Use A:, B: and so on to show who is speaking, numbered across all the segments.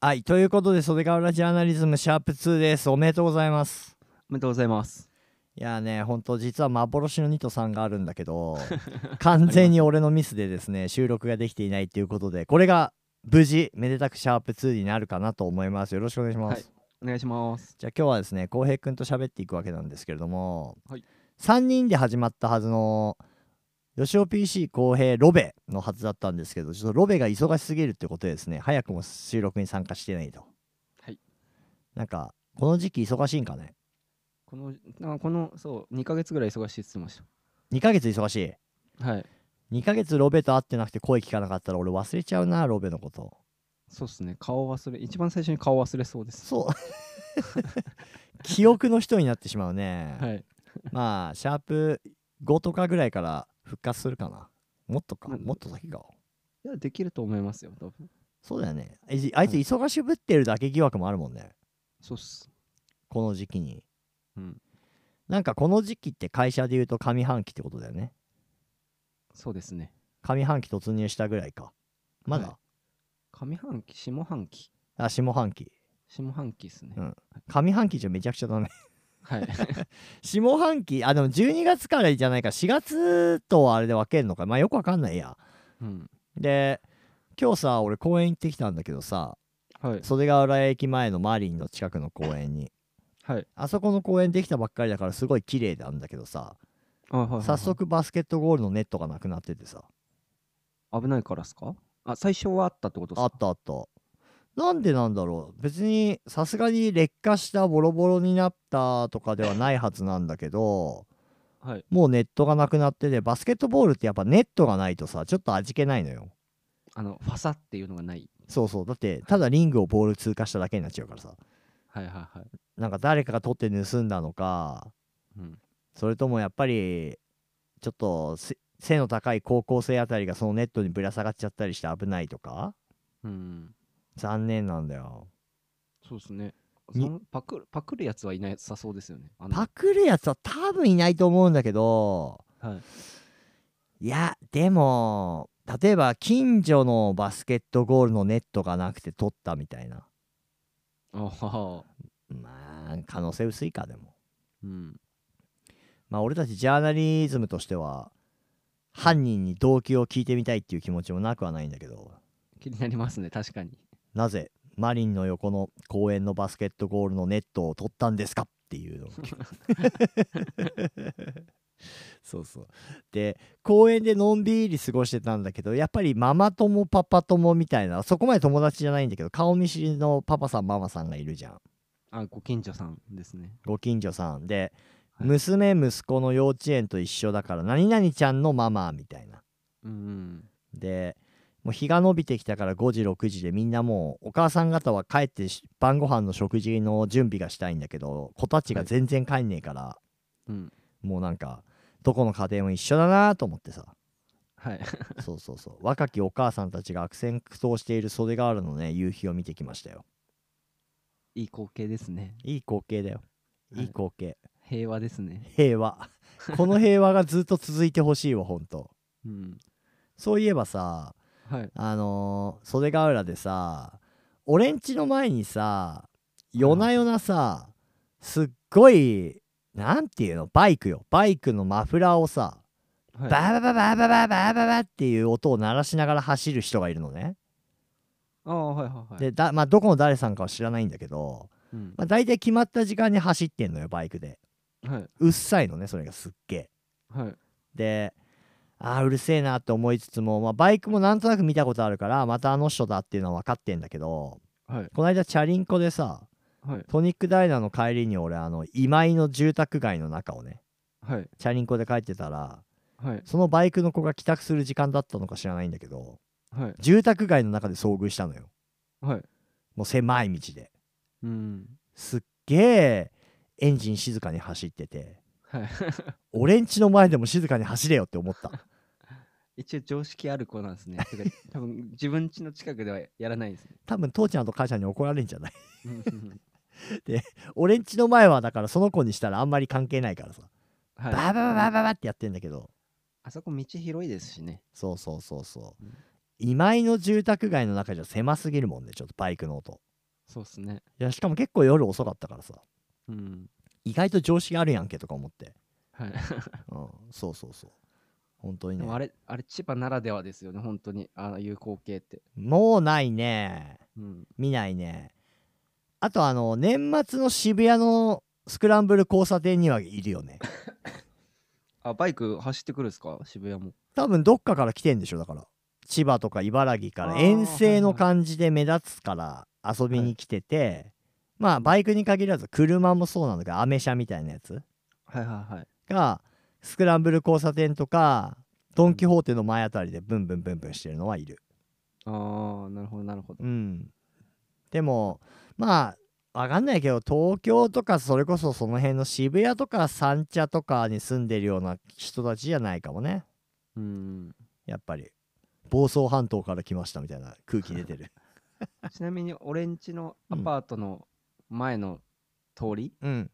A: はいということで袖ヶ浦ジャーナリズムシャープ2ですおめでとうございます
B: おめでとうございます
A: いやーね本当実は幻のニトさんがあるんだけど完全に俺のミスでですね収録ができていないということでこれが無事めでたくシャープ2になるかなと思いますよろしくお願いします、
B: はいお願いします
A: じゃあ今日はですね浩平くんと喋っていくわけなんですけれども、
B: はい
A: 3人で始まったはずの吉尾 PC 浩平ロベのはずだったんですけどちょっとロベが忙しすぎるってことでですね早くも収録に参加してないと
B: はい
A: なんかこの時期忙しいんかね
B: このなんかこのそう2ヶ月ぐらい忙しいっつってまし
A: 2ヶ月忙し
B: たはい
A: い2ヶ月ロベと会ってなくて声聞かなかったら俺忘れちゃうなロベのこと
B: そうっすね顔忘れ一番最初に顔忘れそうです
A: そう 記憶の人になってしまうね、
B: はい
A: まあシャープ5とかぐらいから復活するかなもっとか
B: まあ
A: もっと先か
B: いやできると思いますよ多分
A: そうだよねえじあいつ忙しぶってるだけ疑惑もあるもんね
B: そうっす
A: この時期に
B: うん
A: なんかこの時期って会社で言うと上半期ってことだよね
B: そうですね
A: 上半期突入したぐらいかまだ、
B: は上半期下半期
A: あ下半期
B: 下半期っすね、
A: うん上半期じゃめちゃくちゃだね
B: はい
A: 下半期あでも12月からじゃないか4月とあれで分けるのかまあよくわかんないや
B: うん
A: で今日さ俺公園行ってきたんだけどさ
B: はい
A: 袖ヶ浦駅前のマリンの近くの公園に
B: はい
A: あそこの公園できたばっかりだからすごい綺麗なんだけどさ
B: あはいはいはい
A: 早速バスケットゴールのネットがなくなっててさ
B: 危ないからっすかあ最初はあったってことっす
A: あ
B: か
A: ったあったなんでなんだろう別にさすがに劣化したボロボロになったとかではないはずなんだけど
B: はい
A: もうネットがなくなっててバスケットボールってやっぱネットがないとさちょっと味気ないのよ
B: あのファサっていうのがない
A: そうそうだってただリングをボール通過しただけになっちゃうからさ
B: はいはいはい
A: なんか誰かが取って盗んだのか
B: うん
A: それともやっぱりちょっとせ背の高い高校生あたりがそのネットにぶら下がっちゃったりして危ないとか
B: うん
A: 残念なんだよ
B: そうですね。そ
A: に
B: のパクるパクるやつはいなさそうですよね。あの
A: パクるやつは多分いないと思うんだけど
B: はい、
A: いやでも例えば近所のバスケットゴールのネットがなくて取ったみたいな
B: あはは、
A: まあ可能性薄いかでも
B: うん。
A: まあ俺たちジャーナリズムとしては犯人に動機を聞いてみたいっていう気持ちもなくはないんだけど
B: 気になりますね、確かに。
A: なぜマリンの横の公園のバスケットゴールのネットを取ったんですかっていうのを聞くそうそうで公園でのんびり過ごしてたんだけどやっぱりママ友パパ友みたいなそこまで友達じゃないんだけど顔見知りのパパさんママさんがいるじゃん
B: あご近所さんですね。
A: ご近所さんで、
B: はい
A: 娘息子の幼稚園と一緒だから何々ちゃんのママみたいな
B: うん、
A: でもう日が伸びてきたから5時6時でみんなもうお母さん方は帰ってし晩ご飯の食事の準備がしたいんだけど子たちが全然帰んねえから、
B: うん。うん。
A: もうなんかどこの家庭も一緒だなと思って さ
B: はい。
A: そうそうそう若きお母さんたちが悪戦苦闘している袖ヶ浦のね夕日を見てきましたよ
B: いい光景ですね。
A: いい光景だよいい光景、
B: 平和ですね。
A: 平和この平和がずっと続いてほしいわほんと
B: うん。
A: そういえばさ
B: はい。
A: あのー、袖ヶ浦でさ俺んちの前にさ夜な夜なさすっごいなんていうのバイクよバイクのマフラーをさ
B: は
A: バー
B: い、
A: バーバーバーバーバーバーバーっていう音を鳴らしながら走る人がいるのね。
B: ああ、はいはいはい。
A: でだ、まあ、どこの誰さんかは知らないんだけど、
B: うん
A: まあ、大体決まった時間に走ってんのよバイクで。
B: は
A: うっさいのねそれがすっげえ。
B: い。はい。
A: であーうるせえなって思いつつも、まあ、バイクもなんとなく見たことあるからまたあの人だっていうのは分かってんだけど
B: はい。
A: この間チャリンコでさ
B: はい。
A: トニックダイナーの帰りに俺あの今井の住宅街の中をね
B: はい。
A: チャリンコで帰ってたら
B: はい。
A: そのバイクの子が帰宅する時間だったのか知らないんだけど
B: はい。
A: 住宅街の中で遭遇したのよ
B: はい。
A: もう狭い道で
B: うん。
A: すっげえエンジン静かに走ってて
B: はい。
A: 俺んちの前でも静かに走れよって思った
B: 一応常識ある子なんですね。 てか多分自分家の近くではやらないですね。
A: 多分父ちゃんと母ちゃんに怒られんじゃない
B: うんうんうん
A: 俺んちの前はだからその子にしたらあんまり関係ないからさバ
B: は
A: ー
B: い。
A: バーバーバーバーってやってんだけど
B: あそこ道広いですしね。
A: そうそうそうそう、
B: うん
A: 今井の住宅街の中じゃ狭すぎるもんねちょっとバイクの音
B: そうっすね。
A: いやしかも結構夜遅かったからさ
B: うん。
A: 意外と常識あるやんけとか思って、
B: はい。
A: うん、そうそうそう本当に
B: で
A: ね
B: もあれ、あれ、千葉ならではですよね、本当に、ああいう光景って。
A: もうないね
B: うん。
A: 見ないねあとあの年末の渋谷のスクランブル交差点にはいるよね
B: あ、バイク走ってくるんですか渋谷も。
A: 多分どっかから来てんでしょだから千葉とか茨城か
B: あ
A: ら
B: ー
A: 遠
B: はいは
A: 征
B: い
A: の感じで目立つから遊びに来てて、まあバイクに限らず車もそうなんだけどアメ車みたいなやつ
B: はいはいはい。
A: がスクランブル交差点とかドン・キホーテの前あたりでブンブンブンブンしてるのはいる
B: ああ、なるほど、なるほど。
A: うんでもまあわかんないけど東京とかそれこそその辺の渋谷とか三茶とかに住んでるような人たちじゃないかもね
B: うん。
A: やっぱり房総半島から来ましたみたいな空気出てる
B: ちなみに、俺んちのアパートの前の通り
A: うん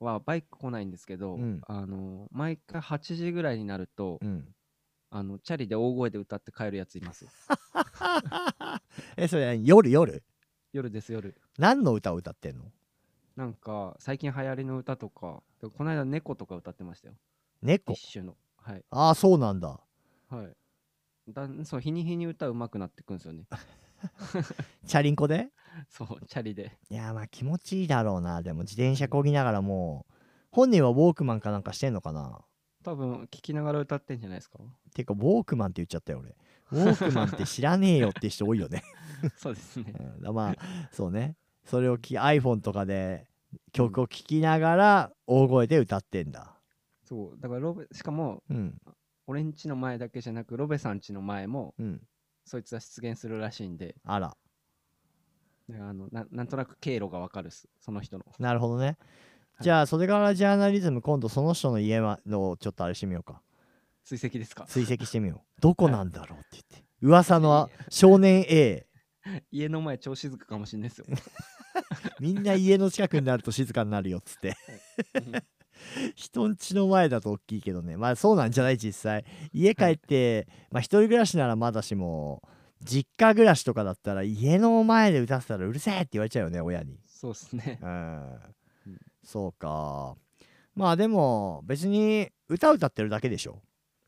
B: は、バイク来ないんですけど、
A: うん
B: あの、毎回8時ぐらいになると、
A: うん
B: あの、チャリで大声で歌って帰るやついますよ。
A: えそれ何夜夜
B: 夜です、夜。
A: 何の歌を歌ってんの
B: なんか、最近流行りの歌とか、でこの間、猫とか歌ってましたよ。
A: 猫
B: 一種の。はい。
A: ああそうなんだ
B: はい。だんそう日に日に歌うまくなってくんです よね。
A: チャリンコで
B: そう、チャリで。
A: いやーまあ気持ちいいだろうなでも自転車こぎながらもう本人はウォークマンかなんかしてんのかな
B: 多分、聞きながら歌ってんじゃないですか
A: てかウォークマンって言っちゃったよ俺ウォークマンって知らねえよって人多いよ ね、
B: そうですね。
A: うんだまあそうねそれをき iPhone とかで曲を聴きながら大声で歌ってんだ
B: そう、だからロベ、しかも、
A: うん
B: 俺んちの前だけじゃなく、ロベさんちの前も、
A: うん
B: そいつは出現するらしいんで、
A: あら
B: なんかあのななんとなく経路がわかるっす、その人の。
A: なるほどね
B: い
A: じゃあそれからジャーナリズム今度その人の家はのちょっとあれしてみようか
B: 追跡ですか。
A: 追跡してみようどこなんだろうって言って噂の少年 A
B: 家の前、超静かかもしれないですよ。
A: みんな家の近くになると静かになるよっつって
B: うん
A: 人ん家の前だと大きいけどねまあそうなんじゃない実際家帰って、まあ一人暮らしならまだしも実家暮らしとかだったら家の前で歌ってたらうるせえって言われちゃうよね親に
B: そうっすね
A: う。ん
B: うん
A: そうかまあでも別に歌歌ってるだけでしょ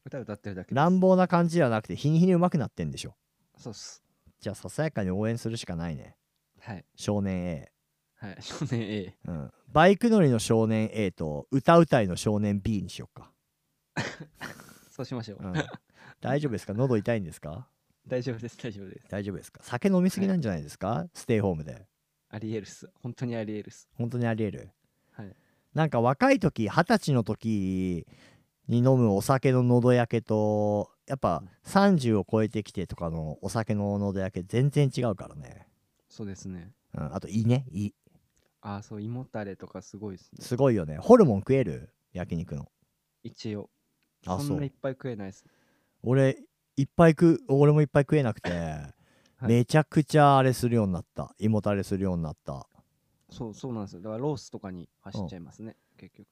B: 歌歌ってるだけです。
A: 乱暴な感じではなくて日に日に上手くなってんでしょ
B: そうっす。
A: じゃあささやかに応援するしかないね
B: はい。
A: 少年 A
B: はい。少年 A。
A: うん、バイク乗りの少年 A と歌うたいの少年 B にしよっか、
B: そうしましょう。
A: うん 大丈夫ですか喉痛いんですか
B: 大丈夫です、大丈夫です。
A: 大丈夫ですか酒飲みすぎなんじゃないですか、ステイホームで
B: ありえるっす。本当にありえるっす。
A: 本当にありえる
B: はい。
A: なんか若い時二十歳の時に飲むお酒の喉焼けとやっぱ30を超えてきてとかのお酒の喉焼け全然違うからね、
B: そうですね。
A: うん、あと胃ね胃
B: ああ、そう、胃もたれとかすごいっすね。
A: すごいよねホルモン食える焼肉の
B: 一応。
A: あ
B: そ
A: そ
B: んないうっぱい食えないっす。
A: 俺いっぱい食う俺もいっぱい食えなくて、
B: い
A: めちゃくちゃあれするようになった胃もたれするようになった
B: そう、そうなんですよ。だからロースとかに走っちゃいますね、結局。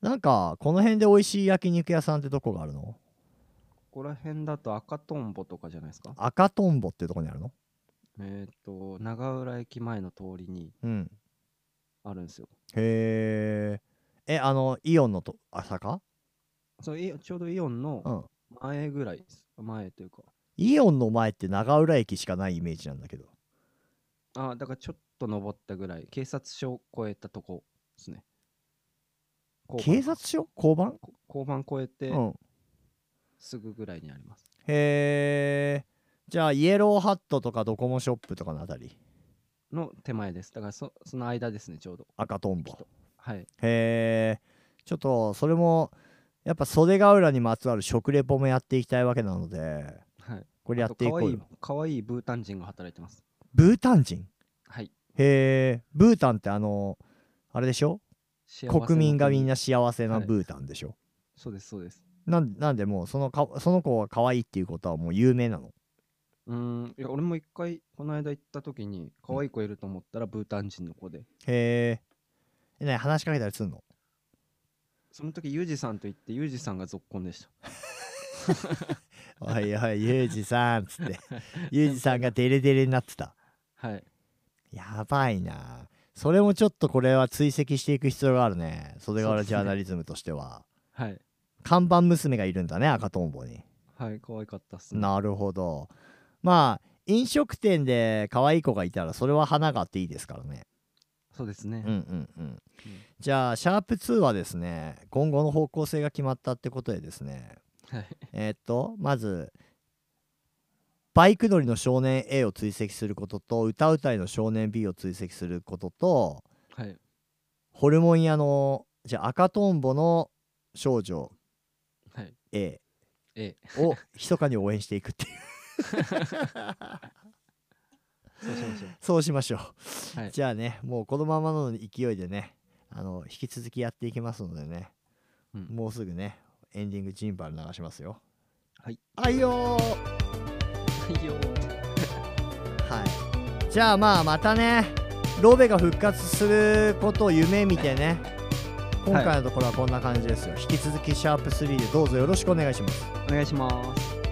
A: なんかこの辺で美味しい焼肉屋さんってどこがあるの
B: ここら辺だと赤とんぼとかじゃないですか。
A: 赤とんぼってとこにあるの
B: えっ、と、長浦駅前の通りに
A: うん
B: あるんですよ。
A: へええあのイオンのと朝か
B: そうイオンちょうどイオン
A: う
B: の
A: ん
B: 前ぐらいです。前というか。
A: イオンの前って長浦駅しかないイメージなんだけど
B: ああ、だからちょっと登ったぐらい。警察署を越えたとこですね。
A: 警察署交番
B: こ交番越えて
A: うん
B: すぐぐらいにあります。
A: へえじゃあイエローハットとかドコモショップとかのあたり
B: の手前です。だからそその間ですね、ちょうど。
A: 赤とんぼ
B: 駅とはい。
A: へえちょっとそれもやっぱ袖ヶ浦にまつわる食レポもやっていきたいわけなので
B: はい。
A: これやっていこうよ
B: あと可愛い、可愛いブータン人が働いてます。
A: ブータン人
B: はい。
A: へえブータンってあのあれでしょ
B: 幸せの
A: 国民がみんな
B: 国。
A: 幸せな
B: はい
A: ブータンでしょ、
B: そうです、そうです。
A: なんなんでもうそのかその子が可愛いっていうことはもう有名なの
B: うーん。いや、俺も一回、この間行った時に、可愛い子いると思ったら、ブータン人の子で。
A: へええ何話しかけたりすんの
B: その時、ユージさんと言って、ユージさんが続婚でした。
A: おいおいユージさんっつってユージさんがデレデレになってた
B: はい。
A: やばいなそれもちょっとこれは追跡していく必要があるね袖ヶ
B: そう
A: 浦
B: です
A: ジ
B: ね
A: ャーナリズムとしては、
B: はい。
A: 看板娘がいるんだね赤とんぼに、
B: はい、可愛かったっすね。
A: なるほどまあ飲食店で可愛い子がいたらそれは花があっていいですからね
B: そうですね
A: うん。うんうんじゃあシャープ2はですね今後の方向性が決まったってことでですね
B: はい。
A: えーっとまずバイク乗りの少年 A を追跡することと歌うたいの少年 B を追跡することと
B: はい。
A: ホルモン屋のじゃあ赤とんぼの少女
B: はい。
A: A
B: ええ。
A: を密かに応援していくっていう
B: そうしましょ
A: そうしましょう、
B: はい
A: じゃあねもうこのままの勢いでねあの引き続きやっていきますのでね、
B: うん
A: もうすぐねエンディングジンバル流しますよ
B: はい
A: はいよー
B: う。 はいよー。
A: はい、じゃあまあまたねロベが復活することを夢見てね今回のところはこんな感じですよ、引き続きシャープ3でどうぞよろしくお願いします
B: お願いします。